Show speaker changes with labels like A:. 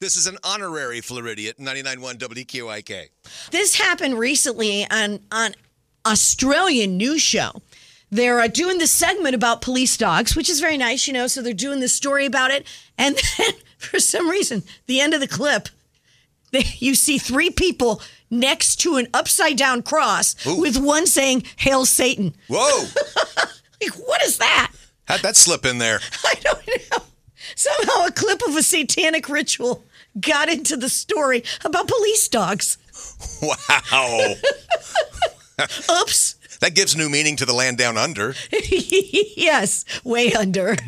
A: This is an honorary Floridian, 99.1 WQIK.
B: This happened recently on on Australian news show. They're uh, doing this segment about police dogs, which is very nice, you know. So they're doing this story about it, and then for some reason, the end of the clip, they, you see three people next to an upside down cross, with one saying "Hail Satan."
A: Whoa!
B: Like, what is that?
A: How'd that slip in there?
B: I don't know. Somehow, a clip of a satanic ritual got into the story about police dogs.
A: Wow.
B: Oops.
A: that gives new meaning to the land down under.
B: yes, way under.